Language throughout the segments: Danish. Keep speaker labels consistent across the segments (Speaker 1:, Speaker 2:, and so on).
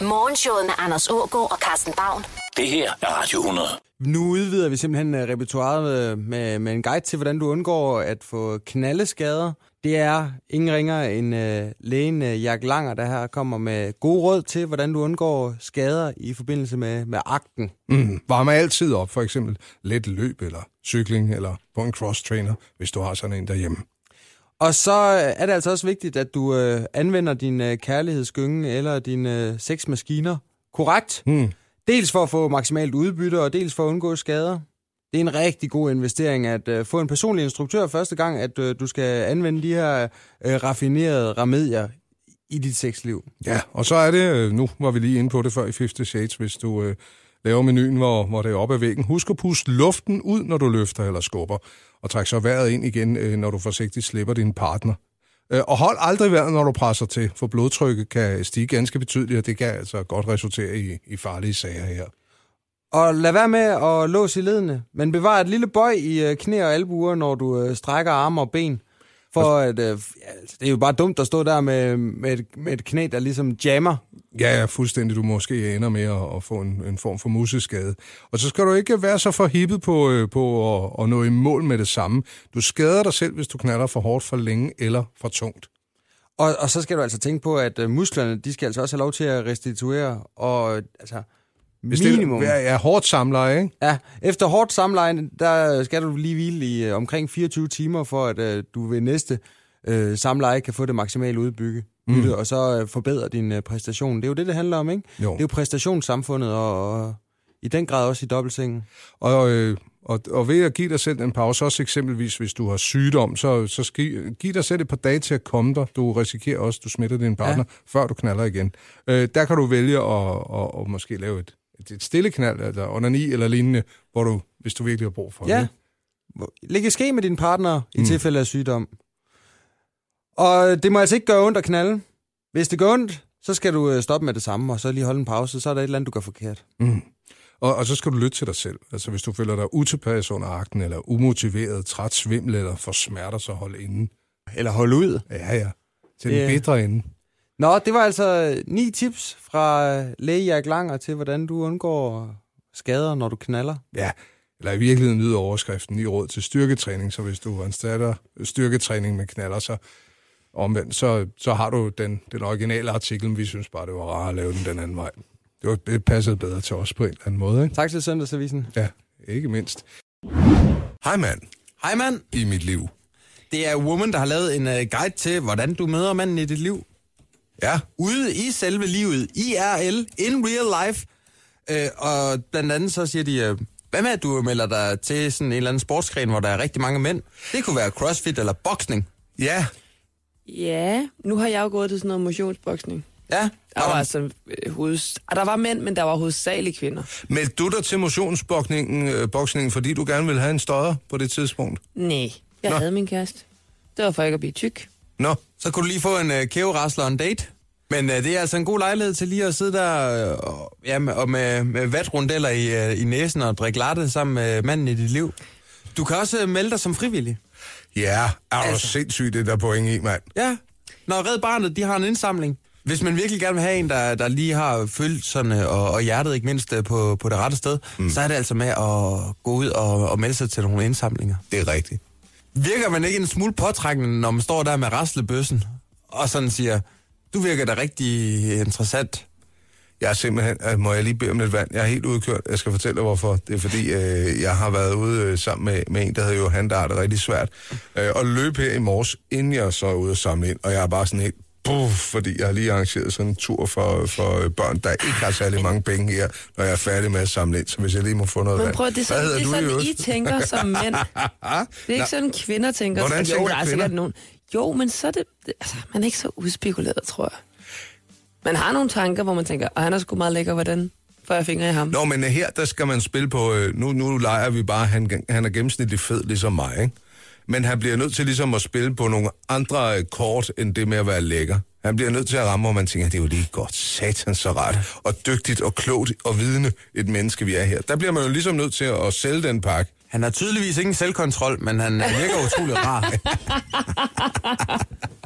Speaker 1: Morgenshowet med Anders Ågaard og Carsten Baum.
Speaker 2: Det her er Radio 100.
Speaker 3: Nu udvider vi simpelthen øh, repertoireet øh, med, med en guide til, hvordan du undgår at få knaldeskader. Det er ingen ringer end øh, lægen øh, Jack Langer, der her kommer med gode råd til, hvordan du undgår skader i forbindelse med, med akten.
Speaker 4: Mm. Varmer altid op, for eksempel let løb eller cykling eller på en cross-trainer, hvis du har sådan en derhjemme.
Speaker 3: Og så øh, er det altså også vigtigt, at du øh, anvender din øh, kærlighedsgynge eller dine øh, sexmaskiner korrekt.
Speaker 4: Mm.
Speaker 3: Dels for at få maksimalt udbytte, og dels for at undgå skader. Det er en rigtig god investering at øh, få en personlig instruktør første gang, at øh, du skal anvende de her øh, raffinerede remedier i dit sexliv.
Speaker 4: Ja, og så er det, øh, nu var vi lige inde på det før i Fifty Shades, hvis du øh, laver menuen, hvor, hvor det er oppe ad væggen. Husk at puste luften ud, når du løfter eller skubber, og træk så vejret ind igen, øh, når du forsigtigt slipper din partner. Øh, og hold aldrig vejret, når du presser til, for blodtrykket kan stige ganske betydeligt, og det kan altså godt resultere i, i farlige sager her.
Speaker 3: Og lad være med at låse i ledene, men bevar et lille bøj i øh, knæ og albuer, når du øh, strækker arme og ben. For at, øh, ja, altså, det er jo bare dumt at stå der med, med, et, med et knæ, der ligesom jammer.
Speaker 4: Ja, ja, fuldstændig. Du måske ender med at, at få en, en form for museskade. Og så skal du ikke være så forhippet på, øh, på at, at nå i mål med det samme. Du skader dig selv, hvis du knaller for hårdt, for længe eller for tungt.
Speaker 3: Og, og så skal du altså tænke på, at øh, musklerne, de skal altså også have lov til at restituere. Og øh, altså,
Speaker 4: Hvis
Speaker 3: minimum.
Speaker 4: Det er, er hårdt samleje, ikke?
Speaker 3: Ja, efter hårdt samleje, der skal du lige hvile i øh, omkring 24 timer, for at øh, du ved næste øh, samleje kan få det maksimale udbygge, mm. og så øh, forbedre din øh, præstation. Det er jo det, det handler om, ikke?
Speaker 4: Jo.
Speaker 3: Det er jo præstationssamfundet, og, og i den grad også i dobbeltsengen.
Speaker 4: Og, øh, og, og ved at give dig selv en pause, også eksempelvis hvis du har sygdom, så, så ski, giv dig selv et par dage til at komme dig. Du risikerer også, at du smitter din partner, ja. før du knaller igen. Øh, der kan du vælge at, at, at måske lave et, et- et stille knald, eller onani eller lignende, hvor du, hvis du virkelig har brug for
Speaker 3: Ja.
Speaker 4: det.
Speaker 3: Hvor- Læg i ske med dine partner i tilfælde af sygdom. Og det må altså ikke gøre ondt at knalde. Hvis det gør ondt, så skal du øh, stoppe med det samme, og så lige holde en pause, så er der et eller andet, du gør forkert.
Speaker 4: Og, og så skal du lytte til dig selv. Altså hvis du føler dig utilpas under akten, eller umotiveret, træt, svimmel, eller får smerter, så hold inden.
Speaker 3: Eller holde ud.
Speaker 4: Ja, ja. Til
Speaker 3: Det er-
Speaker 4: den bedre ende.
Speaker 3: Nå, det var altså ni tips fra øh, læge Jack Langer til, hvordan du undgår skader, når du knaller.
Speaker 4: Ja, eller i virkeligheden lyder overskriften i råd til styrketræning, så hvis du anstalter styrketræning med knaller, så omvendt, så, så har du den, den originale artikel, men vi synes bare, det var rart at lave den den anden vej. Det, var, det passede bedre til os på en eller anden måde, ikke?
Speaker 3: Tak til Søndagsavisen.
Speaker 4: Ja, ikke mindst. Hej mand,
Speaker 3: Hej mand,
Speaker 4: i mit liv.
Speaker 3: det er Woman, der har lavet en øh, guide til, hvordan du møder manden i dit liv.
Speaker 4: Ja,
Speaker 3: Ude i selve livet, IRL, in real life. Øh, og blandt andet så siger de, øh, hvad med at du melder dig til sådan en eller anden sportsgren, hvor der er rigtig mange mænd? Det kunne være crossfit eller boksning.
Speaker 4: ja,
Speaker 5: Ja, nu har jeg jo gået til sådan noget motionsboksning.
Speaker 3: Ja,
Speaker 5: Der var altså øh, hoveds... ah, der var mænd, men der var hovedsageligt kvinder.
Speaker 4: meldte du dig til motionsboksningen, øh, boksningen, fordi du gerne ville have en støder på det tidspunkt?
Speaker 5: Nej,
Speaker 4: Nå.
Speaker 5: jeg Nå. havde min kæreste. Det var for ikke at blive tyk.
Speaker 4: Nå,
Speaker 3: så kunne du lige få en øh, kæverasler og en date. Men øh, det er altså en god lejlighed til lige at sidde der øh, og, ja, med, og med, med vatrundeller i, øh, i næsen og drikke latte sammen med manden i dit liv. Du kan også øh, melde dig som frivillig.
Speaker 4: ja, er du altså. sindssygt det der point i, mand.
Speaker 3: Ja. Når Red Barnet, de har en indsamling. Hvis man virkelig gerne vil have en, der, der lige har følelserne og, og hjertet ikke mindst øh, på, på det rette sted, mm. så er det altså med at gå ud og, og melde sig til nogle indsamlinger.
Speaker 4: Det er rigtigt.
Speaker 3: Virker man ikke en smule påtrængende, når man står der med raslebøssen og sådan siger, du virker da rigtig interessant.
Speaker 4: Jeg er simpelthen, øh, må jeg lige bede om lidt vand? Jeg er helt udkørt. Jeg skal fortælle dig, hvorfor. Det er fordi, øh, jeg har været ude øh, sammen med, med en, der havde jo han, der har det rigtig svært. Øh, og løb her i morges, inden jeg så er ude og samle ind. Og jeg er bare sådan helt, puff, fordi jeg har lige arrangeret sådan en tur for, for øh, børn, der ikke har særlig mange penge her, når jeg er færdig med at samle ind. Så hvis jeg lige må få noget
Speaker 5: Men
Speaker 4: vand.
Speaker 5: prøv, det er sådan,
Speaker 4: Hvad hedder
Speaker 5: det er
Speaker 4: du
Speaker 5: sådan
Speaker 4: øvrigt?
Speaker 5: I tænker som mænd. Det er ikke sådan, kvinder tænker.
Speaker 4: Hvordan
Speaker 5: jo,
Speaker 4: tænker
Speaker 5: der er
Speaker 4: kvinder?
Speaker 5: sikkert nogen. Jo, men så er det... det- Altså, man er ikke så udspekuleret, tror jeg. Man har nogle tanker, hvor man tænker, og han er sgu meget lækker, hvordan får jeg fingre i ham?
Speaker 4: Nå, men øh, her, der skal man spille på, øh, nu, nu leger vi bare, han, han er gennemsnitlig fed, ligesom mig, ikke? Men han bliver nødt til ligesom at spille på nogle andre øh, kort, end det med at være lækker. Han bliver nødt til at ramme, hvor man tænker, det er jo lige godt satan så ret, og dygtigt og klogt og vidende et menneske, vi er her. Der bliver man jo ligesom nødt til at sælge den pakke.
Speaker 3: Han har tydeligvis ingen selvkontrol, men han virker utrolig rar.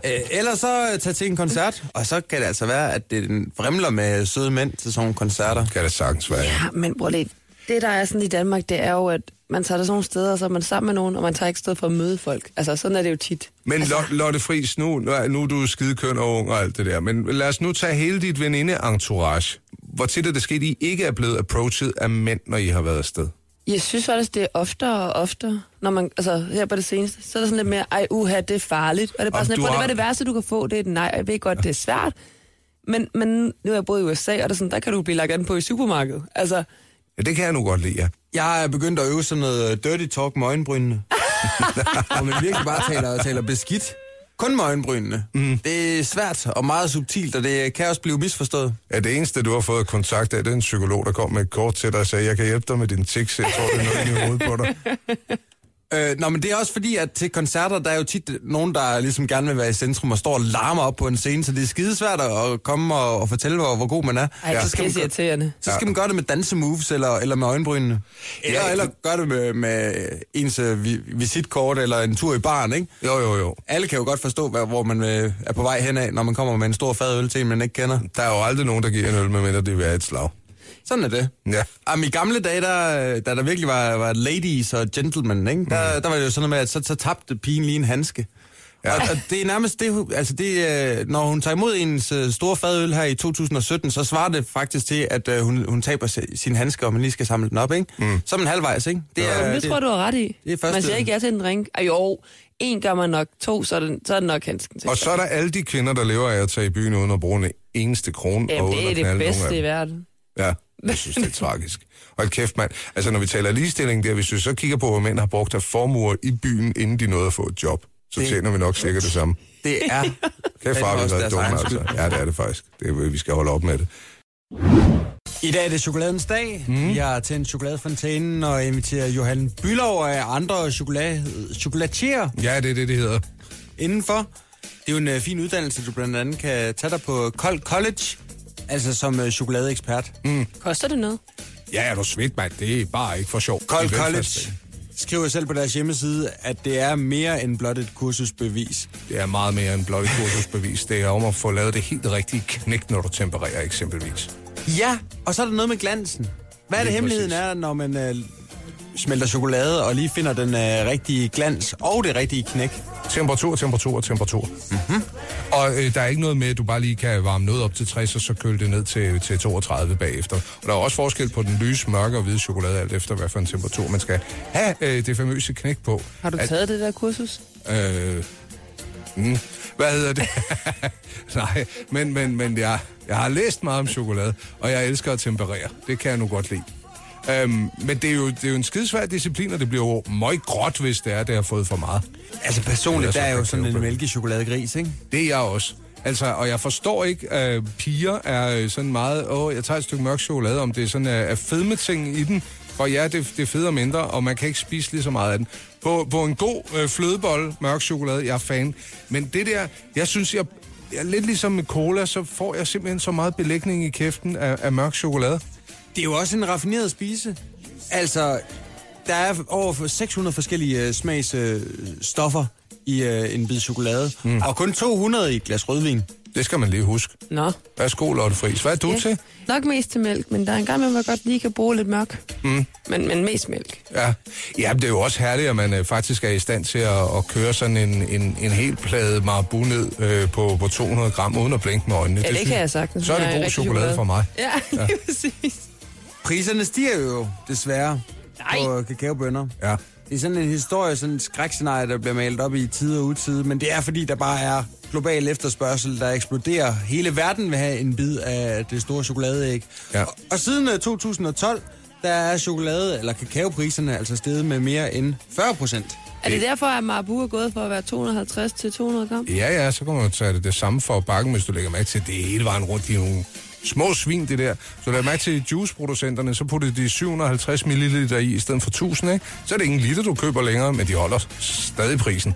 Speaker 3: Øh, Ellers så øh, tag til en koncert, og så kan det altså være, at det den fremler med søde mænd til sådan nogle koncerter.
Speaker 4: Kan det sagtens være.
Speaker 5: Ja, men bror lidt. Det, der er sådan i Danmark, det er jo, at man tager der sådan nogle steder, og så er man sammen med nogen, og man tager ikke sted for at møde folk. Altså, sådan er det jo tit.
Speaker 4: Men Lo- Lotte Friis, nu, nu er- nu er du skidekøn og ung og alt det der, men lad os nu tage hele dit veninde-entourage. Hvor tit er det sket, I ikke er blevet approached af mænd, når I har været afsted?
Speaker 5: Jeg synes faktisk, det er oftere og oftere, når man, altså her på det seneste, så er der sådan lidt mere, ej uha, det er farligt. Og det er bare
Speaker 4: Om
Speaker 5: sådan,
Speaker 4: du
Speaker 5: lidt, har...
Speaker 4: har-
Speaker 5: det, det værste, du kan få, det er et nej, og jeg ved godt, det er svært. Men, men nu er jeg boet i USA, og det er sådan, der kan du blive lagt an på i supermarkedet. Altså,
Speaker 4: Ja, det kan jeg nu godt lide, ja.
Speaker 3: Jeg er begyndt at øve sådan noget øh, dirty talk med øjenbrynene. Hvor man virkelig bare taler, taler beskidt. Kun med øjenbrynene. Mm. Det er svært og meget subtilt, og det kan også blive misforstået.
Speaker 4: Ja, det eneste, du har fået kontakt af, det er en psykolog, der kom med et kort til dig og sagde, jeg kan hjælpe dig med din tics, jeg tror, det er noget inde i hovedet på dig.
Speaker 3: Øh, nå, men det er også fordi, at til koncerter, der er jo tit nogen, der ligesom gerne vil være i centrum og står og larmer op på en scene, så det er skidesvært at at komme og, og fortælle, hvor, hvor god man er.
Speaker 5: ej, ja,
Speaker 3: så,
Speaker 5: det
Speaker 3: skal
Speaker 5: er
Speaker 3: man, gø-
Speaker 5: irriterende.
Speaker 3: så skal man gøre det med dansemoves eller, eller med øjenbrynene. Eller,
Speaker 4: Ja,
Speaker 3: ja, eller gøre det med, med ens øh, vi, visitkort eller en tur i baren, ikke?
Speaker 4: Jo, jo, jo.
Speaker 3: Alle kan jo godt forstå, hvad, hvor man øh, er på vej henad, når man kommer med en stor fad øl til en, man ikke kender.
Speaker 4: Der er jo aldrig nogen, der giver en øl, medmindre det vil være et slag.
Speaker 3: Sådan er det.
Speaker 4: Ja.
Speaker 3: Jamen, i gamle dage, der, øh, da der virkelig var, var ladies og gentlemen, ikke? Der, der var det jo sådan noget med, at så, så tabte pigen lige en handske. Mm. Ja. Og, og det er nærmest det, hun- altså det, øh, når hun tager imod ens øh, store fadøl her i 2017, så svarer det faktisk til, at øh, hun, hun taber si- sin handske, og man lige skal samle den op, ikke? Mm. Så er man halvvejs, ikke? Det
Speaker 5: Ja, det,
Speaker 3: det,
Speaker 5: tror jeg, du har ret i.
Speaker 3: det er første-
Speaker 5: Man siger ikke ja til en drink. Ej, jo, en gør man nok, to, så er det, så er det nok handsken til.
Speaker 4: Og så er der alle de kvinder, der lever af at tage i byen uden at bruge en eneste krone. og
Speaker 5: Jamen,
Speaker 4: uden
Speaker 5: det er
Speaker 4: at knalde
Speaker 5: det
Speaker 4: nogen af
Speaker 5: bedste
Speaker 4: dem.
Speaker 5: i verden.
Speaker 4: Ja, jeg synes, det er tragisk. Og et kæft, mand. Altså, når vi taler ligestilling der, hvis vi så kigger på, hvor mænd har brugt af formuer i byen, inden de nåede at få et job, så
Speaker 3: Det-
Speaker 4: tjener vi nok sikkert det samme.
Speaker 3: det er...
Speaker 4: Kæft,
Speaker 3: det er
Speaker 4: far, vi har
Speaker 3: også
Speaker 4: været
Speaker 3: deres
Speaker 4: dumme,
Speaker 3: egen
Speaker 4: altså.
Speaker 3: skyld.
Speaker 4: Ja, det er det faktisk. Det er, vi skal holde op med det.
Speaker 3: I dag er det chokoladens dag. Mm. Vi har tændt chokoladefontænen og inviterer Johan Bylov og andre chokolade, chokolatier
Speaker 4: Ja, det er det, det hedder.
Speaker 3: indenfor. Det er jo en øh, fin uddannelse, du blandt andet kan tage dig på Kold College, altså som øh, chokoladeekspert. Mm.
Speaker 5: Koster det noget?
Speaker 4: Ja, er du svedt, mand? Det er bare ikke for sjov.
Speaker 3: Kold
Speaker 4: Det er
Speaker 3: College
Speaker 4: velfærdsdag.
Speaker 3: skriver selv på deres hjemmeside, at det er mere end blot et kursusbevis.
Speaker 4: Det er meget mere end blot et kursusbevis. Det er om at få lavet det helt rigtige knæk, når du tempererer eksempelvis.
Speaker 3: Ja, og så er der noget med glansen. Hvad er det,
Speaker 4: Lige
Speaker 3: hemmeligheden
Speaker 4: præcis.
Speaker 3: er, når man øh, smelter chokolade og lige finder den øh, rigtige glans og det rigtige knæk?
Speaker 4: Temperatur, temperatur, temperatur. Mm-hmm. Og øh, der er ikke noget med, at du bare lige kan varme noget op til 60, og så køle det ned til, til 32 bagefter. Og der er også forskel på den lyse, mørke og hvide chokolade, alt efter hvad for en temperatur man skal have øh, det famøse knæk på.
Speaker 5: Har du
Speaker 4: At-
Speaker 5: taget det der kursus?
Speaker 4: Øh, mm, hvad hedder det? Nej, men, men, men jeg, jeg har læst meget om chokolade, og jeg elsker at temperere. Det kan jeg nu godt lide. Øhm, men det er, jo, det er jo en skidesvær disciplin, og det bliver jo meget gråt, hvis det er, det har fået for meget.
Speaker 3: Altså personligt,
Speaker 4: Ellers
Speaker 3: der er
Speaker 4: så
Speaker 3: jo
Speaker 4: kan
Speaker 3: sådan
Speaker 4: jeg jo
Speaker 3: en
Speaker 4: bedre.
Speaker 3: mælkechokoladegris, ikke?
Speaker 4: Det er jeg også. Altså, og jeg forstår ikke, at piger er øh, sådan meget, åh, jeg tager et stykke mørk chokolade, om det er sådan, at fedmeting i den, for ja, det, det federe mindre, og man kan ikke spise lige så meget af den. På, på en god øh, flødebolle, mørk chokolade, jeg er fan. Men det der, jeg synes, jeg, jeg lidt ligesom med cola, så får jeg simpelthen så meget belægning i kæften af, af mørk chokolade.
Speaker 3: Det er jo også en raffineret spise. Altså, der er over for 600 forskellige uh, smagsstoffer i uh, en bid chokolade, mm. og kun 200 i et glas rødvin.
Speaker 4: Det skal man lige huske.
Speaker 5: Nå.
Speaker 4: Værsgo, Lotte Friis. Hvad er du yeah. til?
Speaker 5: Nok mest til mælk, men der er en gang, man godt lige kan bruge lidt mørk. Mm. Men, men mest mælk.
Speaker 4: Ja, ja men det er jo også herligt, at man øh, faktisk er i stand til at, at køre sådan en, en, en hel plade marabu ned øh, på, på 200 gram, uden at blinke med øjnene.
Speaker 5: Ja, det,
Speaker 4: synes
Speaker 5: kan
Speaker 4: jeg-
Speaker 5: jeg sagtens.
Speaker 4: Så er
Speaker 5: Jeg
Speaker 4: det god
Speaker 5: rigtig
Speaker 4: chokolade for mig.
Speaker 5: Ja, lige præcis.
Speaker 3: Priserne stiger jo desværre
Speaker 5: Nej.
Speaker 3: på kakaobønner.
Speaker 4: Ja.
Speaker 3: Det er sådan en historie, sådan et skrækscenarie, der bliver malet op i tid og utid, men det er fordi, der bare er global efterspørgsel, der eksploderer. Hele verden vil have en bid af det store chokoladeæg.
Speaker 4: Ja.
Speaker 3: Og, og siden øh, 2012, der er chokolade- eller kakaopriserne altså steget med mere end 40 procent.
Speaker 5: Er det derfor, at Marabu er gået for at være 250 til 200 gram?
Speaker 4: Ja, ja, så kan man jo tage det, det samme for bakken, hvis du lægger mærke til, at det er hele vejen rundt. De er nogle små svin, det der. Så lægger mærke til juiceproducenterne, så putter de 750 ml i, i stedet for 1000, ikke? Så er det ingen liter, du køber længere, men de holder stadig prisen.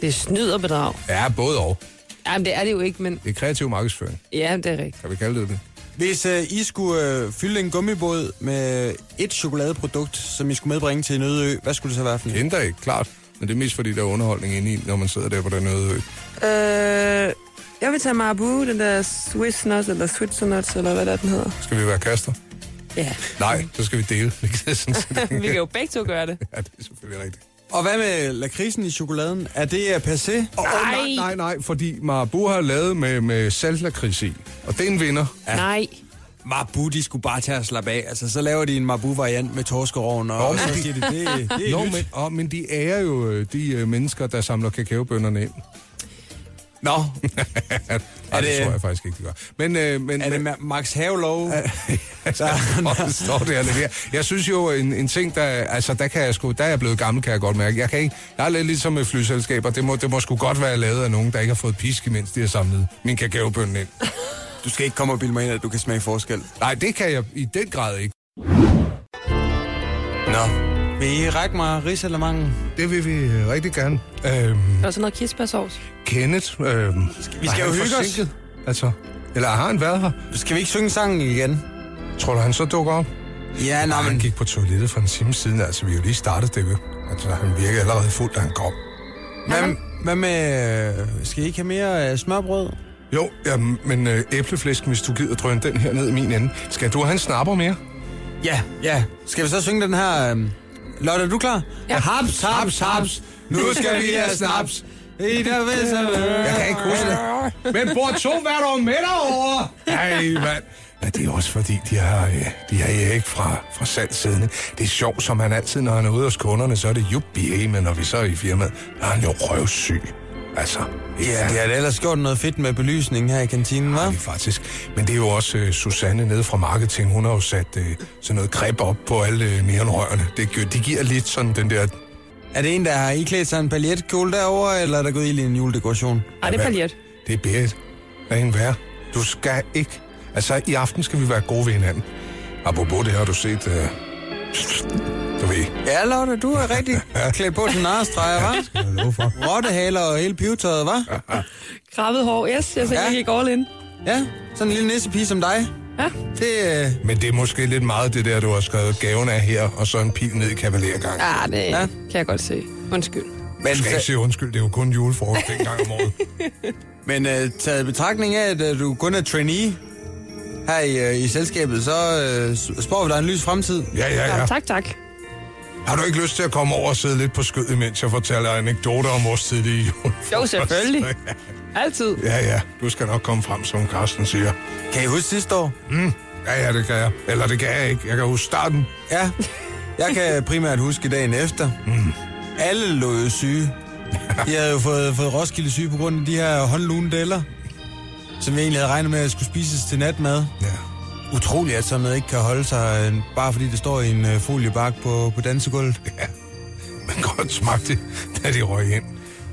Speaker 5: Det er snyd og bedrag.
Speaker 4: Ja, både og.
Speaker 5: Jamen, det er det jo ikke, men
Speaker 4: Det er kreativ markedsføring,
Speaker 5: ja, det er rigtigt.
Speaker 4: kan vi kalde det det.
Speaker 3: Hvis øh, I skulle øh, fylde en gummibåd med et chokoladeprodukt, som I skulle medbringe til en øde ø, hvad skulle det så være for en?
Speaker 4: Henter ikke, klart. Men det er mest fordi, der er underholdning inde i, når man sidder der på den øde ø.
Speaker 5: Øh, jeg vil tage Marabu, den der Swiss Nuts, eller Swiss Nuts, eller hvad der den hedder.
Speaker 4: Skal vi være kaster?
Speaker 5: Ja.
Speaker 4: Nej, så skal vi dele. Det er sådan set-
Speaker 5: vi kan jo begge to gøre det.
Speaker 4: ja, det er selvfølgelig rigtigt.
Speaker 3: Og hvad med lakrisen i chokoladen? Er det øh, passé?
Speaker 4: Oh, nej, nej, nej, fordi Marabu har lavet med, med saltlakrids i, og det er en vinder.
Speaker 5: Ja. Nej.
Speaker 3: Marbu, de skulle bare tage og slappe af. Altså, så laver de en Marbu-variant med torskeroven, og, og
Speaker 4: men
Speaker 3: så
Speaker 4: de-
Speaker 3: siger de, det, det er
Speaker 4: Nå,
Speaker 3: nyt.
Speaker 4: men, åh, men de ærer jo øh, de øh, mennesker, der samler kakaobønderne ind.
Speaker 3: Nå,
Speaker 4: Ej, det,
Speaker 3: det-
Speaker 4: det tror jeg faktisk ikke, de gør. Men, øh, men,
Speaker 3: er det
Speaker 4: men,
Speaker 3: Ma- Max Havlov?
Speaker 4: der står det her lidt Jeg synes jo, en, en ting, der, altså, der, kan jeg sgu, der er jeg blevet gammel, kan jeg godt mærke. Jeg, kan ikke, jeg er lidt ligesom med flyselskaber. Det må, det må sgu godt være lavet af nogen, der ikke har fået piske, mens de har samlet min kakaobønne ind.
Speaker 3: Du skal ikke komme og bilde mig ind, at du kan smage forskel.
Speaker 4: Nej, det kan jeg i den grad ikke.
Speaker 3: Nå. Vil I række mig risalemangen?
Speaker 4: Det vil vi øh, rigtig gerne. Øhm,
Speaker 5: Og så noget kirsebærsovs.
Speaker 4: Kenneth. Øh,
Speaker 3: vi skal jo hygge os.
Speaker 4: Altså, eller har han været her?
Speaker 3: Skal vi ikke synge sangen igen?
Speaker 4: Tror du, han så dukker op?
Speaker 3: Ja, nå,
Speaker 4: Nej, han
Speaker 3: men...
Speaker 4: gik på toilettet for en time siden. Altså, vi har jo lige startet det, ved. Altså, han virkede allerede fuld, da han kom.
Speaker 3: Hvad, hvad med... øh, Skal I ikke have mere øh, smørbrød?
Speaker 4: Jo, jamen, men øh, æbleflæsken, hvis du gider drøne den her ned i min ende. Skal du have en snapper mere?
Speaker 3: Ja, ja. Skal vi så synge den her... Øh... Lotte, er du klar? Ja. Haps, haps, haps. Nu skal vi have snaps. I der ved så...
Speaker 4: Jeg kan ikke huske det. Men bor to hver år med derovre? Nej, mand. Ja, det er også fordi, de har, øh, de har Erik fra, fra salgssiden. Det er sjovt, som han altid, når han er ude hos kunderne, så er det jubi, men når vi så er i firmaet, der er han jo røvsyg. Altså,
Speaker 3: Ja, det har da ellers gjort noget fedt med belysningen her i kantinen, hva'?
Speaker 4: det er faktisk. Men det er jo også øh, Susanne nede fra marketing, hun har jo sat øh, sådan noget greb op på alle øh, neonrørene. Det, gi- det giver lidt sådan den der...
Speaker 3: Er det en, der har iklædt sig en paljetkjole derovre, eller er der gået ild i en juledekoration?
Speaker 5: Ej, det er paljet.
Speaker 4: Det er Berit. Lad hende være. Du skal ikke... Altså, i aften skal vi være gode ved hinanden. Apropos det har du set... Øh, du ved,
Speaker 3: Ja, Lotte, du er rigtig klædt på til narestreger, hva'?
Speaker 4: jeg love for.
Speaker 3: Rottehaler og hele pivetøjet, hva'?
Speaker 5: Krabbet hår, yes. Jeg tænker,
Speaker 3: Ja.
Speaker 5: jeg gik all in.
Speaker 3: Ja, sådan en lille nissepige som dig.
Speaker 5: Ja.
Speaker 3: Det, øh,
Speaker 4: Men det er måske lidt meget det der, du har skrevet gaven af her, og så en pil ned i kavalergangen.
Speaker 5: Ah, det
Speaker 3: Ja.
Speaker 5: ja. kan jeg godt se. Undskyld.
Speaker 3: men,
Speaker 4: Du skal ikke sige undskyld, det er jo kun julefrokost en gang om året.
Speaker 3: men øh, taget i betragtning af, at øh, du kun er trainee her i, øh, i selskabet, så øh, s- spår vi dig en lys fremtid.
Speaker 4: Ja, ja, ja.
Speaker 5: Ja. Tak, tak.
Speaker 4: Har du ikke lyst til at komme over og sidde lidt på skødet, mens jeg fortæller anekdoter om vores tidlige jul?
Speaker 5: Jo, selvfølgelig. Altid.
Speaker 4: Ja, ja. Du skal nok komme frem, som Carsten siger.
Speaker 3: Kan I huske sidste år?
Speaker 4: Ja, ja, det kan jeg. Eller det kan jeg ikke. Jeg kan huske starten.
Speaker 3: Ja, jeg kan primært huske dagen efter. Alle lå jo syge. Jeg havde jo fået, fået Roskilde syge på grund af de her håndlune deller, som jeg egentlig havde regnet med, at skulle spises til natmad.
Speaker 4: Ja.
Speaker 3: Utroligt, at sådan noget ikke kan holde sig, øh, bare fordi det står i en øh, foliebakke på, på dansegulvet.
Speaker 4: ja. Men godt smagte, da de røg ind.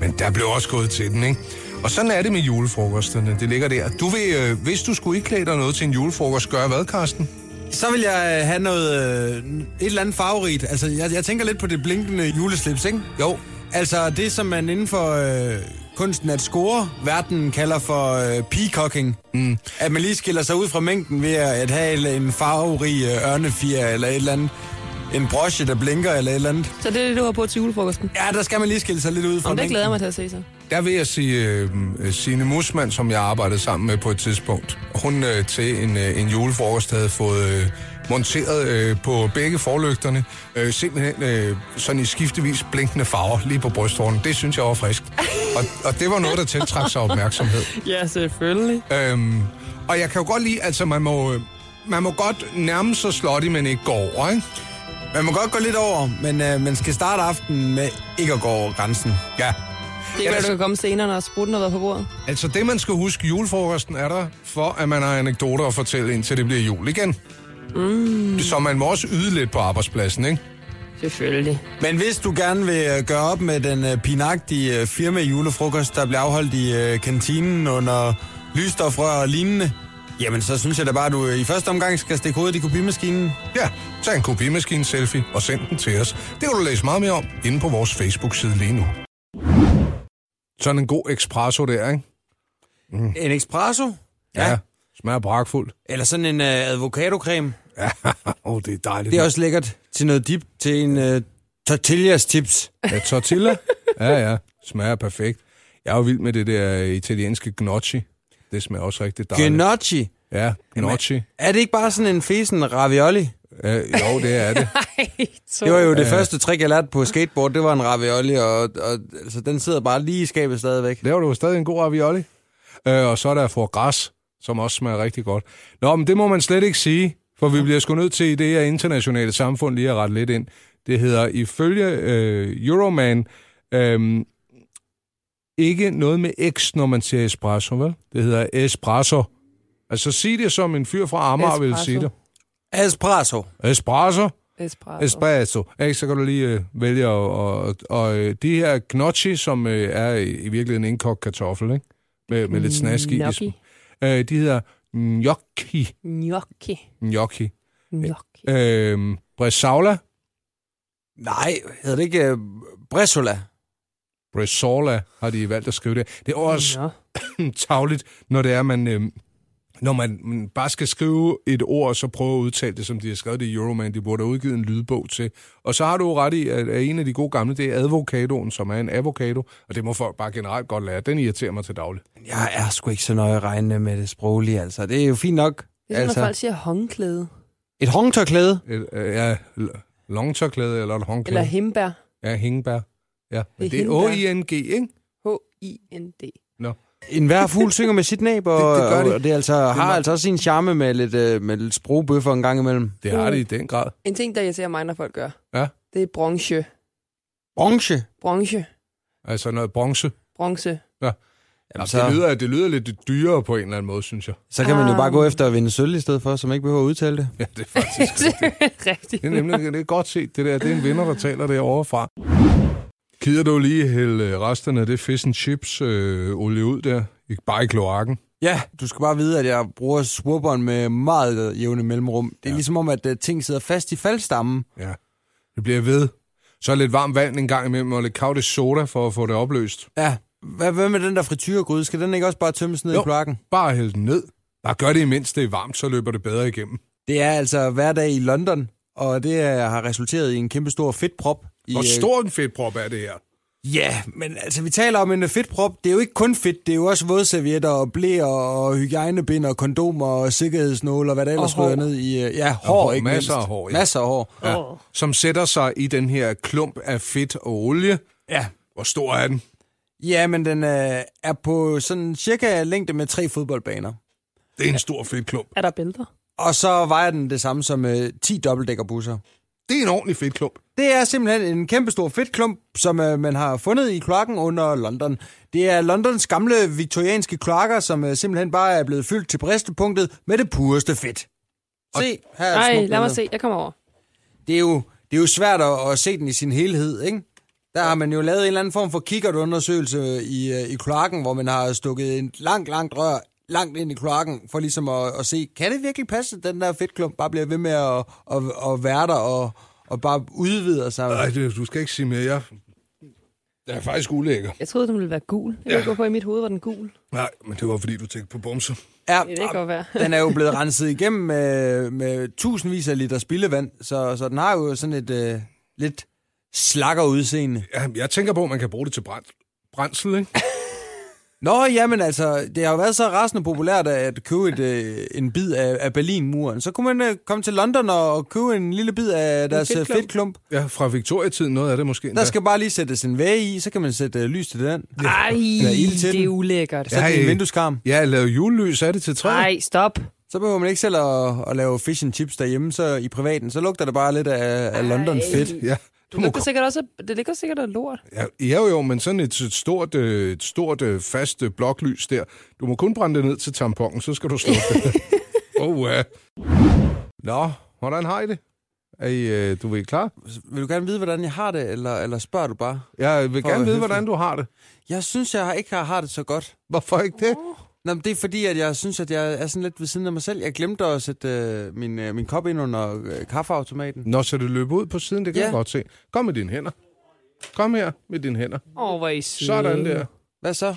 Speaker 4: Men der blev også gået til den, ikke? Og sådan er det med julefrokosterne. Det ligger der. Du vil, øh, hvis du skulle iklæde dig noget til en julefrokost, gøre hvad, Carsten?
Speaker 3: Så vil jeg øh, have noget, øh, et eller andet farverigt. Altså, jeg, jeg tænker lidt på det blinkende juleslips, ikke?
Speaker 4: Jo.
Speaker 3: Altså, det som man inden for øh, kunsten at score, verden kalder for øh, peacocking. Mm. At man lige skiller sig ud fra mængden ved at, at have en farverig øh, ørnefjer eller et eller andet. En broche, der blinker eller et eller andet.
Speaker 5: Så det er det, du har på til julefrokosten.
Speaker 3: Ja, der skal man lige skille sig lidt ud fra
Speaker 5: Om det
Speaker 3: mængden.
Speaker 5: glæder jeg mig til at se så.
Speaker 4: Der vil jeg sige øh, Signe Musmann, som jeg arbejdede sammen med på et tidspunkt. Hun øh, til en, øh, en julefrokost havde fået øh, monteret øh, på begge forlygterne, øh, simpelthen øh, sådan i skiftevis blinkende farver lige på brysthårene. Det synes jeg var frisk. Og, og det var noget, der tiltrak sig opmærksomhed.
Speaker 5: Ja, selvfølgelig.
Speaker 4: Øhm, og jeg kan jo godt lide, altså man må, øh, man må godt nærme sig slottig, men ikke gå over, ikke?
Speaker 3: Man må godt gå lidt over, men øh, man skal starte aftenen med ikke at gå over grænsen.
Speaker 4: Ja.
Speaker 5: Det er godt, du kan komme senere, når sprutten har været på bordet.
Speaker 4: Altså det, man skal huske, julefrokosten er der, for at man har anekdoter at fortælle, indtil det bliver jul igen. Mm. Så man må også yde lidt på arbejdspladsen, ikke?
Speaker 5: Selvfølgelig.
Speaker 3: Men hvis du gerne vil øh, gøre op med den øh, pinagtige øh, firma julefrokost, der bliver afholdt i øh, kantinen under lysstofrør og lignende, jamen så synes jeg da bare, at du øh, i første omgang skal stikke hovedet i kopimaskinen.
Speaker 4: Ja, tag en kopimaskine-selfie og send den til os. Det kan du læse meget mere om inde på vores Facebook-side lige nu. Sådan en god espresso der, ikke?
Speaker 3: En Mm. espresso?
Speaker 4: Smager bragfuldt.
Speaker 3: Eller sådan en øh, avocadocreme.
Speaker 4: Ja, oh, det er dejligt.
Speaker 3: Det er også lækkert til noget dip, til en øh, tortillas tips.
Speaker 4: Ja, tortilla. Ja, ja. Smager perfekt. Jeg er jo vild med det der italienske gnocchi. Det smager også rigtig dejligt.
Speaker 3: Gnocchi.
Speaker 4: ja, gnocchi.
Speaker 3: Er det ikke bare sådan en fesen ravioli?
Speaker 4: Ja, jo, det er det.
Speaker 5: Ej,
Speaker 3: Det var jo det første trick, jeg lærte på skateboard. Det var en ravioli, og, og altså, den sidder bare lige i skabet stadigvæk.
Speaker 4: Laver du jo stadig en god ravioli? Øh, og så er der for græs, som også smager rigtig godt. Nå, men det må man slet ikke sige, for vi bliver sgu nødt til i det her internationale samfund lige at rette lidt ind. Det hedder ifølge øh, Euroman øh, ikke noget med X, når man siger espresso, vel? Det hedder espresso. Altså sig det, som en fyr fra Amager vil sige det.
Speaker 5: Espresso.
Speaker 3: Espresso.
Speaker 4: Espresso.
Speaker 5: Espresso.
Speaker 4: Espresso. Ikke? Så kan du lige øh, vælge, og, og, og øh, de her gnocchi, som øh, er i i virkeligheden indkogt kartoffel, ikke? Med, med lidt snask i.
Speaker 5: Gnocchi.
Speaker 4: Øh, de hedder gnocchi.
Speaker 5: Gnocchi.
Speaker 4: gnocchi.
Speaker 5: Gnocchi.
Speaker 4: Øh, bresaola,
Speaker 3: Nej, hedder det ikke øh, brissola?
Speaker 4: bresaola har de valgt at skrive det. Det er også
Speaker 5: Nå.
Speaker 4: tavligt, når det er, man... Øh, når man man bare skal skrive et ord, så prøve at udtale det, som de har skrevet det i Euroman. De burde have udgivet en lydbog til. Og så har du jo ret i, at at en af de gode gamle, det er advokadoen, som er en avocado. Og det må folk bare generelt godt lære. Den irriterer mig til daglig.
Speaker 3: Jeg er sgu ikke så nøje regnende med det sproglige, altså. Det er jo fint nok.
Speaker 5: Det er sådan,
Speaker 3: altså,
Speaker 5: når folk siger håndklæde.
Speaker 3: Et håndtørklæde.
Speaker 4: Et, øh, ja, l- longtørklæde eller et håndklæde.
Speaker 5: Eller himbær.
Speaker 4: Ja, hængebær. Ja, men det
Speaker 5: Det er
Speaker 4: er O-I-N-G, ikke?
Speaker 5: H-I-N-D.
Speaker 3: En hver fugl synger med sit næb, og
Speaker 4: Det- det gør de.
Speaker 3: og det, er altså, har
Speaker 4: meget-
Speaker 3: altså også sin charme med lidt, øh, med lidt sprogbøffer en gang imellem.
Speaker 4: Det har det i den grad.
Speaker 5: En ting, der irriterer mig, når folk gør,
Speaker 4: Ja.
Speaker 5: det er bronche.
Speaker 3: Orange.
Speaker 5: Bronche.
Speaker 4: Altså noget bronze.
Speaker 5: Bronze.
Speaker 3: Jamen,
Speaker 4: Det
Speaker 3: så,
Speaker 4: lyder, det lyder lidt dyrere på en eller anden måde, synes jeg.
Speaker 3: så kan man jo bare gå efter at vinde sølv i stedet for, som ikke behøver at udtale det.
Speaker 4: Ja, det er faktisk rigtigt.
Speaker 5: Rigtigt.
Speaker 4: Det er nemlig det er godt set, det der. Det er en vinder, der taler derovre fra. Gider du lige hælde øh, resterne af det fish and chips øh, olie ud der? Ikke bare i kloakken.
Speaker 3: Ja, du skal bare vide, at jeg bruger swubberen med meget jævne mellemrum. Det er ja. ligesom om, at øh, ting sidder fast i faldstammen.
Speaker 4: Ja. Det bliver ved. Så lidt varmt vand en gang imellem, og lidt kavt soda for at få det opløst.
Speaker 3: Ja. Hvad, hvad med den der frityregryde? Skal den ikke også bare tømmes ned jo.
Speaker 4: Jo.
Speaker 3: i kloakken?
Speaker 4: Bare hælde den ned. Bare gør det, imens det er varmt, så løber det bedre igennem.
Speaker 3: Det er altså hverdag i London, og det øh, har resulteret i en kæmpe stor fedtprop. I,
Speaker 4: Hvor
Speaker 3: øh,
Speaker 4: stor en fedtprop er det her?
Speaker 3: Ja, men altså, vi taler om en øh, fedtprop. Det er jo ikke kun fedt, det er jo også vådservietter og blæer og hygiejnebind og kondomer og sikkerhedsnåle og hvad der ellers
Speaker 5: hår.
Speaker 3: ryger ned i. øh, Ja, hår,
Speaker 4: hår.
Speaker 3: ikke
Speaker 4: Masser
Speaker 3: mindst.
Speaker 4: af hår, ja.
Speaker 3: Masser af hår.
Speaker 4: Ja. Som sætter sig i den her klump af fedt og olie.
Speaker 3: Ja.
Speaker 4: Hvor stor er den?
Speaker 3: Ja, men den øh, er på sådan cirka længde med tre fodboldbaner.
Speaker 4: Det er en stor fedtklump.
Speaker 5: Er der bælter?
Speaker 3: Og så vejer den det samme som øh, 10 dobbeltdækkerbusser.
Speaker 4: Det er en ordentlig fedtklump.
Speaker 3: Det er simpelthen en kæmpestor fedtklump, som øh, man har fundet i kloakken under London. Det er Londons gamle viktorianske kloakker, som øh, simpelthen bare er blevet fyldt til bristepunktet med det pureste fedt. Se, her er et
Speaker 5: Nej,
Speaker 3: smukt
Speaker 5: lad mig
Speaker 3: billede.
Speaker 5: se. Jeg kommer over.
Speaker 3: Det er jo, det er jo svært at, at se den i sin helhed, ikke? Der har man jo lavet en eller anden form for kikkertundersøgelse i, øh, i kloakken, hvor man har stukket en langt, langt rør langt ind i kloakken, for ligesom at, at se, kan det virkelig passe, at den der fedtklump bare bliver ved med at, at, at være der og, og bare udvider sig?
Speaker 4: Nej, du skal ikke sige mere. Jeg, jeg er faktisk ulækker.
Speaker 5: Jeg troede, den ville være gul. Jeg ved ikke, hvorfor i mit hoved var den gul.
Speaker 4: Nej, men det var fordi, du tænkte på bumser.
Speaker 3: Ja,
Speaker 5: Det kan godt være.
Speaker 3: den er jo blevet renset igennem med, med tusindvis af liter spildevand, så, så den har jo sådan et øh, lidt slakker udseende.
Speaker 4: Ja, jeg tænker på, at man kan bruge det til brændt. brændsel, ikke?
Speaker 3: Nå, jamen altså, det har jo været så rasende populært at købe et, øh, en bid af, af Berlinmuren. Så kunne man øh, komme til London og, og købe en lille bid af deres øh,
Speaker 5: fedtklump.
Speaker 3: fedtklump.
Speaker 4: Ja, fra Victoria-tiden, noget af det måske endda.
Speaker 3: Der skal bare lige sættes en væg i, så kan man sætte øh, lys til den.
Speaker 5: Ej,
Speaker 3: Der er ild til
Speaker 5: det er
Speaker 3: den.
Speaker 5: ulækkert.
Speaker 3: Så er det
Speaker 4: Ej.
Speaker 3: en vindueskarm.
Speaker 4: Ja, lave julelys af det til træet.
Speaker 5: Nej, stop.
Speaker 3: Så behøver man ikke selv at, at lave fish and chips derhjemme så i privaten. Så lugter det bare lidt af, af London fedt.
Speaker 4: Ja, du
Speaker 5: Det
Speaker 4: må
Speaker 5: ligger sikkert også, det ligger sikkert af lort.
Speaker 4: Ja, jo, jo, men sådan et, et stort, øh, et stort øh, fast øh, bloklys der. Du må kun brænde det ned til tamponen, så skal du slukke det. oh, uh. Nå, hvordan har I det? Er I, øh, du ved, klar?
Speaker 3: Vil du gerne vide, hvordan jeg har det, eller, eller spørger du bare?
Speaker 4: Jeg vil
Speaker 3: For at
Speaker 4: gerne
Speaker 3: være
Speaker 4: vide,
Speaker 3: høflig.
Speaker 4: hvordan du har det.
Speaker 3: Jeg synes, jeg har- ikke har, har det så godt.
Speaker 4: Hvorfor ikke det?
Speaker 3: Nå, men det er fordi, at jeg synes, at jeg er sådan lidt ved siden af mig selv. Jeg glemte at sætte øh, min, øh, min kop ind under øh, kaffeautomaten.
Speaker 4: Nå, så det løber ud på siden, det kan
Speaker 3: Ja.
Speaker 4: jeg godt se. Kom med dine hænder. Kom her med dine hænder.
Speaker 3: Mm.
Speaker 5: Åh, hvor er I søde.
Speaker 4: Sådan der.
Speaker 3: Hvad så?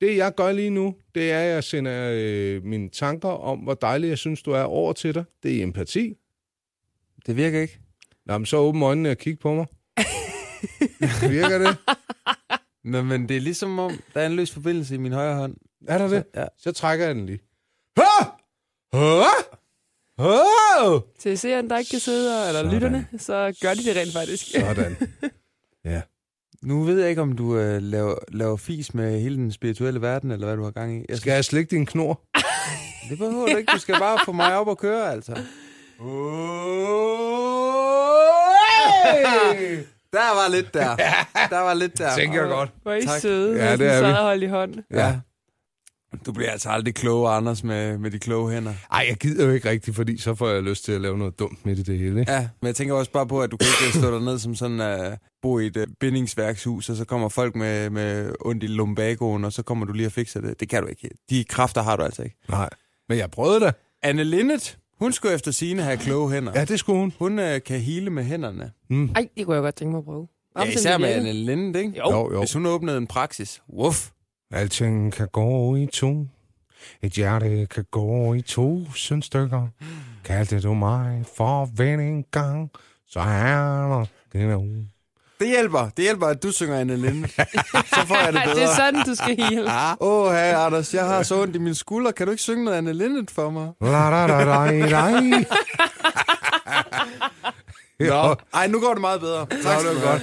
Speaker 4: Det, jeg gør lige nu, det er, at jeg sender øh, mine tanker om, hvor dejlig jeg synes, du er over til dig. Det er empati.
Speaker 3: Det virker ikke.
Speaker 4: Nå, men så åbn øjnene og kig på mig. Virker det?
Speaker 3: Nå, men det er ligesom om, der er en løs forbindelse i min højre hånd.
Speaker 4: Er der det?
Speaker 3: Ja.
Speaker 4: Så trækker jeg den lige. Ha! Ha! Ha!
Speaker 5: Til seeren, der ikke kan sidde, og, eller
Speaker 4: Sådan.
Speaker 5: lytterne, så gør de det rent faktisk.
Speaker 4: Sådan. Ja.
Speaker 3: Nu ved jeg ikke, om du øh, laver, laver fis med hele den spirituelle verden, eller hvad du har gang i. Jeg
Speaker 4: Skal jeg slikke din knor?
Speaker 3: Det behøver du ikke. Du skal bare få mig op og køre, altså.
Speaker 4: Hey!
Speaker 3: Der var lidt der. Der var lidt der.
Speaker 4: Tænker jeg godt.
Speaker 5: Hvor er I
Speaker 3: Tak.
Speaker 5: søde,
Speaker 4: Ja,
Speaker 5: ja,
Speaker 4: det
Speaker 5: det
Speaker 4: er vi.
Speaker 5: sad og holdt i hånden.
Speaker 3: Ja. Du bliver altså aldrig klogere, Anders, med, med de kloge hænder.
Speaker 4: Ej, jeg gider jo ikke rigtigt, fordi så får jeg lyst til at lave noget dumt midt i det hele. Ikke?
Speaker 3: Ja, men jeg tænker også bare på, at du kan ikke stå dernede som sådan, uh, bo i et uh, bindingsværkshus, og så kommer folk med, med ondt i lumbagoen, og så kommer du lige og fikser det. Det kan du ikke. De kræfter har du altså ikke.
Speaker 4: Nej. Men jeg prøvede det.
Speaker 3: Anne Linnet, hun skulle efter sine have kloge hænder.
Speaker 4: Ja, det skulle hun. Mm.
Speaker 3: Hun uh, kan hele med hænderne.
Speaker 5: Ej, det kunne jeg godt tænke mig at prøve.
Speaker 3: Ja, især med Anne Linnet, ikke?
Speaker 5: Jo.
Speaker 4: Jo, jo.
Speaker 3: Hvis hun åbnede en praksis, wuff,
Speaker 4: Alting kan gå i to. Et hjerte kan gå i tusind stykker. Kaldte du mig for ven en gang, så er der den er ude.
Speaker 3: Det hjælper. Det hjælper, at du synger Anne Linde. så får jeg det
Speaker 5: Ej, det er
Speaker 3: bedre.
Speaker 5: sådan, du skal hele.
Speaker 3: Åh, oh, hey, Anders, jeg har så ondt i mine skuldre. Kan du ikke synge noget Anne Lindet for mig?
Speaker 4: La da da da da.
Speaker 3: Nå. Ej, nu går det meget bedre. Tak, det var godt.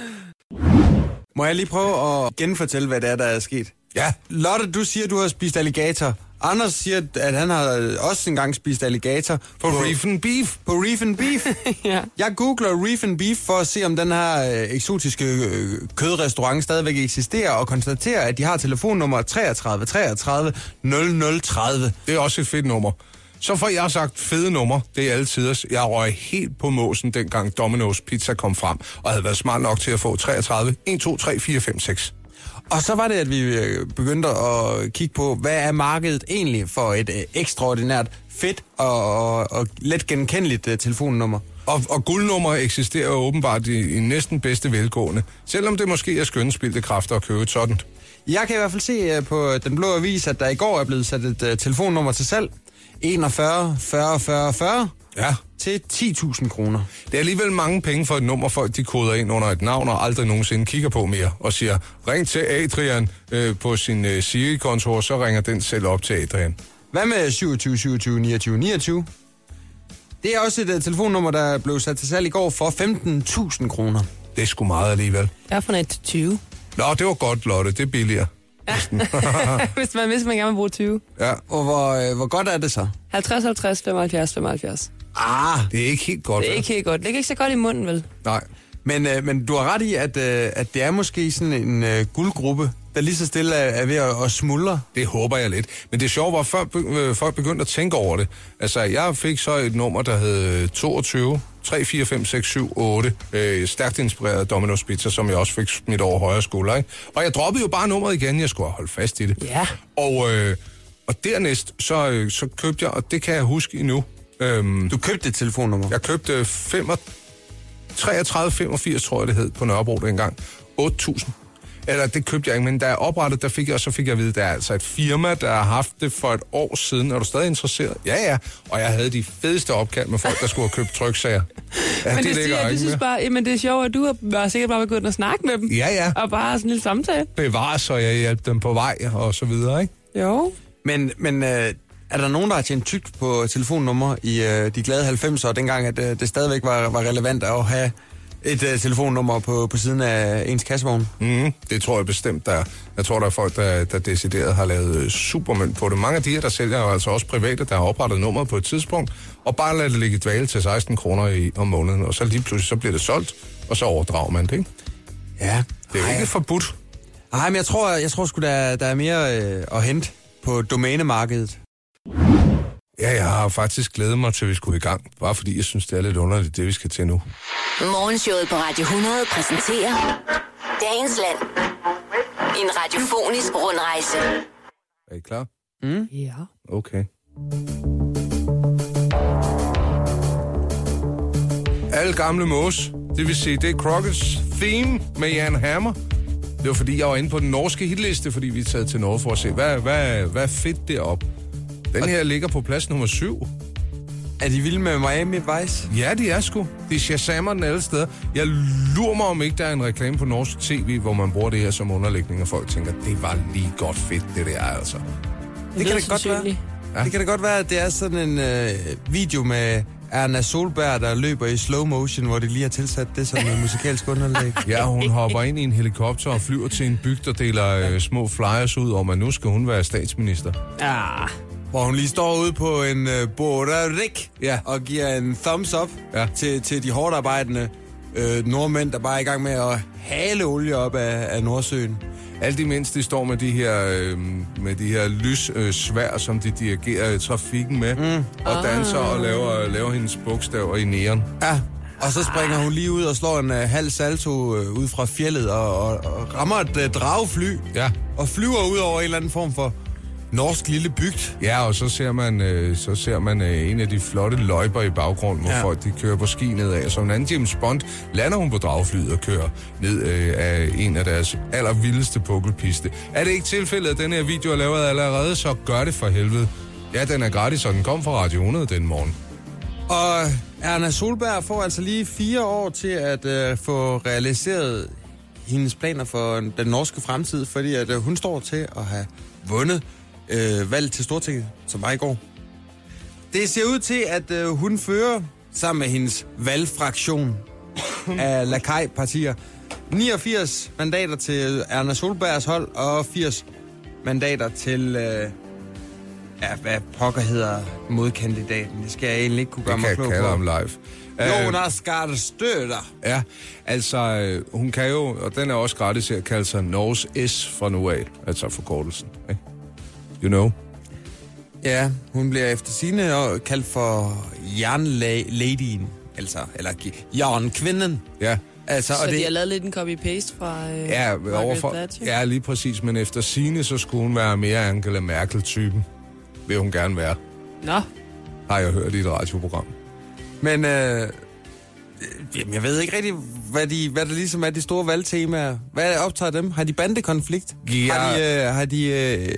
Speaker 3: Må jeg lige prøve at genfortælle, hvad det er, der er sket?
Speaker 4: Ja.
Speaker 3: Lotte, du siger, du har spist alligator. Anders siger, at han har også engang spist alligator. På,
Speaker 4: Reef and Beef.
Speaker 3: På Reef and Beef.
Speaker 5: Ja.
Speaker 3: Jeg googler Reef and Beef for at se, om den her øh, eksotiske øh, kødrestaurant stadigvæk eksisterer, og konstaterer, at de har telefonnummer 33 33 0030.
Speaker 4: Det er også et fedt nummer. Så får jeg sagt fede nummer, det er alle tiders. Jeg røg helt på måsen, dengang Domino's Pizza kom frem, og havde været smart nok til at få 33, 1, 2, 3, 4, 5, 6.
Speaker 3: Og så var det, at vi øh, begyndte at kigge på, hvad er markedet egentlig for et øh, ekstraordinært, fedt og, og, og let genkendeligt øh, telefonnummer.
Speaker 4: Og, og guldnummer eksisterer jo åbenbart i, i næsten bedste velgående, selvom det måske er skønspildte kræfter at købe et sådan.
Speaker 3: Jeg kan i hvert fald se øh, på Den Blå Avis, at der i går er blevet sat et øh, telefonnummer til salg. 41 40 40 40
Speaker 4: Ja,
Speaker 3: til 10.000 kroner.
Speaker 4: det er alligevel mange penge for et nummer, folk de koder ind under et navn og aldrig nogensinde kigger på mere, og siger, ring til Adrian øh, på sin øh, Siri-kontor, så ringer den selv op til Adrian.
Speaker 3: Hvad med 27, 27, 29, 29? Det er også et uh, telefonnummer, der blev sat til salg i går for 15.000 kroner.
Speaker 4: Det er sgu meget alligevel.
Speaker 5: Jeg er fra 1 til 20.
Speaker 4: Nå, det var godt, Lotte. Det er billigere.
Speaker 5: hvis, man, hvis man gerne vil bruge 20.
Speaker 4: Ja.
Speaker 3: Og hvor, uh, hvor godt er det så?
Speaker 5: 50, 50, 75, 75.
Speaker 3: Ah,
Speaker 4: Det er ikke helt godt.
Speaker 5: Det er
Speaker 4: vel?
Speaker 5: ikke helt godt. Det ligger ikke så godt i munden, vel?
Speaker 4: Nej.
Speaker 3: men, uh, men du har ret i, at, uh, at det er måske sådan en uh, guldgruppe, der lige så stille er, er ved at, at smuldre.
Speaker 4: Det håber jeg lidt. Men det sjove var, før be- øh, folk begyndte at tænke over det. Altså, jeg fik så et nummer, der hed øh, 22 3, 4, 5, 6, 7, 8. Øh, stærkt inspireret af Domino's Pizza, som jeg også fik smidt over højre skulder. Ikke? Og jeg droppede jo bare nummeret igen. Jeg skulle have holdt fast i det.
Speaker 5: Ja.
Speaker 4: Og, øh, og dernæst, så, øh, så købte jeg, og det kan jeg huske endnu. Øhm,
Speaker 3: Du købte et telefonnummer.
Speaker 4: Jeg købte øh, 3385, tror jeg det hed, på Nørrebro dengang. 8.000. Eller det købte jeg ikke, men da jeg oprettede, der fik jeg, så fik jeg at vide, at der er altså et firma, der har haft det for et år siden. Er du stadig interesseret? Ja, ja. Og jeg havde de fedeste opkald med folk, der skulle have købt tryksager. Ja,
Speaker 5: men det,
Speaker 4: ligger
Speaker 5: siger,
Speaker 4: ikke
Speaker 5: du synes
Speaker 4: mere.
Speaker 5: bare, jamen, det er sjovt, at du har- har sikkert bare begyndt at snakke med dem.
Speaker 4: Ja, ja.
Speaker 5: Og bare har sådan en lille samtale.
Speaker 4: Bevar så jeg hjalp dem på vej og så videre, ikke?
Speaker 5: Jo.
Speaker 3: Men, men uh, er der nogen, der har tjent tygt på telefonnummer i uh, de glade 90'er, dengang at uh, det stadigvæk var, var relevant at have et uh, telefonnummer på, på siden af ens kassevogn?
Speaker 4: Mm, det tror jeg bestemt, der er. Jeg tror, der er folk, der, der decideret har lavet øh, supermønt på det. Mange af de her, der sælger, er jo altså også private, der har oprettet nummeret på et tidspunkt, og bare lader det ligge i dvale til 16 kroner i, om måneden, og så lige pludselig, så bliver det solgt, og så overdrager man det, ikke?
Speaker 3: Ja,
Speaker 4: Det er jo ikke forbudt.
Speaker 3: Nej, men jeg tror, jeg tror sgu, der, der er mere øh, at hente på domænemarkedet.
Speaker 4: Ja, jeg har faktisk glædet mig til, at vi skulle i gang, bare fordi jeg synes, det er lidt underligt, det vi skal til nu.
Speaker 1: Morgenshowet på Radio 100 præsenterer Dagens Land. En radiofonisk rundrejse.
Speaker 4: Er I klar?
Speaker 5: Ja.
Speaker 4: Okay. Alle gamle mås, det vil sige, det er Crockett's theme med Jan Hammer.
Speaker 6: Det var fordi, jeg var inde på den norske hitliste, fordi vi er taget til Norge for at se, hvad, hvad, hvad er fedt deroppe. Den her ligger på plads nummer syv.
Speaker 3: Er de vilde med Miami Vice?
Speaker 6: Ja, de er sgu. De shazamer den alle steder. Jeg lurer mig, om ikke der er en reklame på norsk tv, hvor man bruger det her som underlægning, og folk tænker, det var lige godt fedt, det der altså.
Speaker 3: Det kan
Speaker 5: lyder
Speaker 3: det godt være.
Speaker 5: sandsynligt.
Speaker 3: Ja. Det kan da godt være, at det er sådan en øh, video med Erna Solberg, der løber i slow motion, hvor de lige har tilsat det som en musikalsk underlæg.
Speaker 6: Ja, hun hopper ind i en helikopter og flyver til en bygd, der deler øh, små flyers ud om, at nu skal hun være statsminister.
Speaker 5: Ah,
Speaker 3: Hvor hun lige står ude på en øh, Borderik
Speaker 6: Ja.
Speaker 3: og giver en thumbs up
Speaker 6: Ja.
Speaker 3: ja. til, til de hårdt arbejdende øh, nordmænd, der bare er i gang med at hale olie op af, af Nordsøen.
Speaker 6: Alt imens de står med de her, øh, med de her lyssvær, øh, svær, som de dirigerer øh, trafikken med, mm. og danser og laver, laver hendes bogstaver i næren.
Speaker 3: Ja, og så springer hun lige ud og slår en øh, halv salto øh, ud fra fjellet og, og, og rammer et øh, dragefly
Speaker 6: Ja.
Speaker 3: og flyver ud over en eller anden form for norsk lille bygd.
Speaker 6: Ja, og så ser man, øh, så ser man øh, en af de flotte løjper i baggrunden, hvor ja.
Speaker 3: Ja.
Speaker 6: folk de kører på ski nedad. Som en anden James Bond lander hun på dragflyet og kører ned øh, af en af deres allervildeste pukkelpiste. Er det ikke tilfældet, at den her video er lavet allerede, så gør det for helvede. Ja, den er gratis, og den kom fra Radio 100 den morgen.
Speaker 3: Og Erna Solberg får altså lige fire år til at øh, få realiseret hendes planer for den norske fremtid, fordi at, øh, hun står til at have vundet øh, valg til Stortinget, som var i går. Det ser ud til, at øh, hun fører sammen med hendes valgfraktion af Lakai-partier 89 mandater til Erna Solbergs hold og 80 mandater til... Øh, ja, hvad pokker hedder modkandidaten? Det skal jeg egentlig ikke kunne gøre
Speaker 6: Det kan
Speaker 3: mig
Speaker 6: jeg
Speaker 3: klog
Speaker 6: kalde
Speaker 3: på.
Speaker 6: om live. Øh,
Speaker 3: Jonas Garde Støtter.
Speaker 6: Ja, altså øh, hun kan jo, og den er også gratis her, kalde sig Norges S fra nu af, altså forkortelsen. Ikke? You know.
Speaker 3: Ja, hun bliver efter sine og kaldt for jernladyen, altså, eller gi- jernkvinden.
Speaker 6: Ja,
Speaker 3: Altså,
Speaker 5: så
Speaker 3: og
Speaker 5: det... de har
Speaker 3: det,
Speaker 5: lavet lidt en copy-paste fra øh,
Speaker 6: Ja, overfor,
Speaker 5: Thatcher.
Speaker 6: ja, lige præcis. Men efter sine så skulle hun være mere Angela Merkel-typen. Vil hun gerne være,
Speaker 5: Nå,
Speaker 6: har jeg hørt i et radioprogram.
Speaker 3: men øh, jamen, jeg ved ikke rigtig, hvad, de, hvad der ligesom er de store valgtemaer. Hvad optager dem? Har de bandekonflikt?
Speaker 6: Ja.
Speaker 3: Har de, øh, har de øh,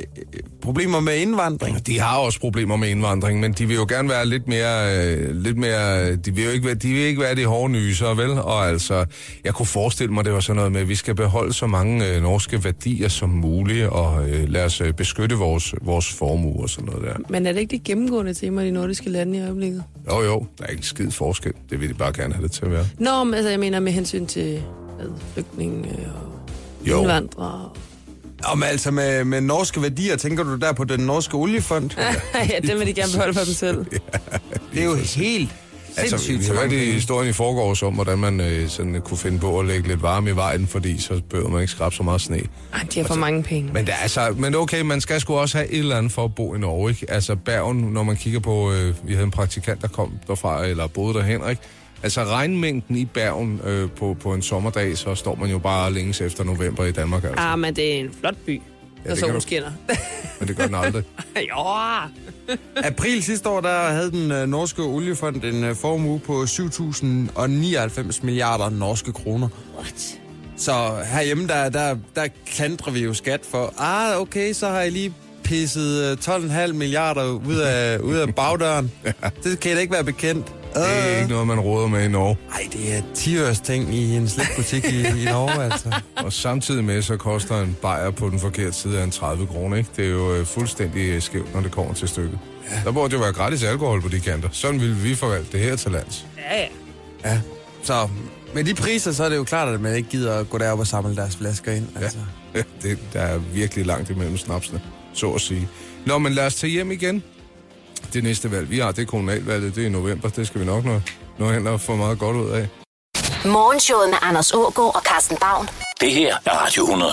Speaker 3: problemer med indvandring?
Speaker 6: De har også problemer med indvandring, men de vil jo gerne være lidt mere... Øh, lidt mere de, vil jo ikke være, de vil ikke være de hårde nyser, vel? Og altså, jeg kunne forestille mig, det var sådan noget med, at vi skal beholde så mange øh, norske værdier som muligt, og øh, lad os øh, beskytte vores, vores formue og sådan noget der.
Speaker 5: men er det ikke det gennemgående tema i de nordiske lande i øjeblikket?
Speaker 6: Jo, jo, der er ikke en skid forskel. Det vil de bare gerne have det til at være.
Speaker 5: Nå, men altså, jeg mener med hensyn til hvad, flygtninge og
Speaker 6: Jo.
Speaker 5: indvandrere.
Speaker 3: Om altså med, med norske værdier, tænker du der på den norske oliefond?
Speaker 5: ja, dem vil de gerne beholde for dem selv.
Speaker 3: Det er jo helt
Speaker 6: Altså, vi
Speaker 3: sindssygt. så mange
Speaker 6: hørte
Speaker 3: penge.
Speaker 6: historien i forgårs om, hvordan man øh, sådan, øh, kunne finde på at lægge lidt varme i vejen, fordi så behøver man ikke skrabe så meget sne.
Speaker 5: Ej, de har for mange penge.
Speaker 6: Men, der, er altså, men okay, man skal sgu også have et eller andet for at bo i Norge, ikke? Altså Bergen, når man kigger på, øh, vi havde en praktikant, der kom derfra, eller boede der, Henrik. Altså regnmængden i Bergen øh, på, på en sommerdag, så står man jo bare og længes efter november i Danmark, altså.
Speaker 5: Ah, men det er en flot by, ja,
Speaker 6: kan
Speaker 5: når
Speaker 6: du-
Speaker 5: solen skinner.
Speaker 6: Men det gør den aldrig.
Speaker 5: jo,
Speaker 3: April sidste år, der havde den øh, norske oliefond en øh, formue på 7.099 milliarder norske kroner.
Speaker 5: what?
Speaker 3: Så herhjemme, der, der, der klandrer vi jo skat for, ah, okay, så har jeg lige pisset øh, 12,5 milliarder ud af, ud af bagdøren. Det kan I da ikke være bekendt.
Speaker 6: Det er ikke
Speaker 3: Øh.
Speaker 6: noget, man råder med i Norge.
Speaker 3: Ej, det er 10 års ting i en slikbutik i, i Norge, altså.
Speaker 6: Og samtidig med, så koster en bajer på den forkerte side af en 30 kroner, ikke? Det er jo øh, fuldstændig øh, skævt, når det kommer til stykket. Ja. Der burde jo være gratis alkohol på de kanter. Sådan ville vi forvalte det her til lands.
Speaker 5: Ja, ja.
Speaker 3: Ja, så med de priser, så er det jo klart, at man ikke gider at gå derop og samle deres flasker ind. Altså.
Speaker 6: Ja, det, der er virkelig langt imellem snapsene, så at sige. Nå, men lad os tage hjem igen. Det næste valg, vi har, det er kommunalvalget. Det er i november. Det skal vi nok nå, nå hen og få meget godt ud af.
Speaker 1: Morgenshowet med Anders Ågaard og Carsten Baum.
Speaker 2: Det her er Radio 100.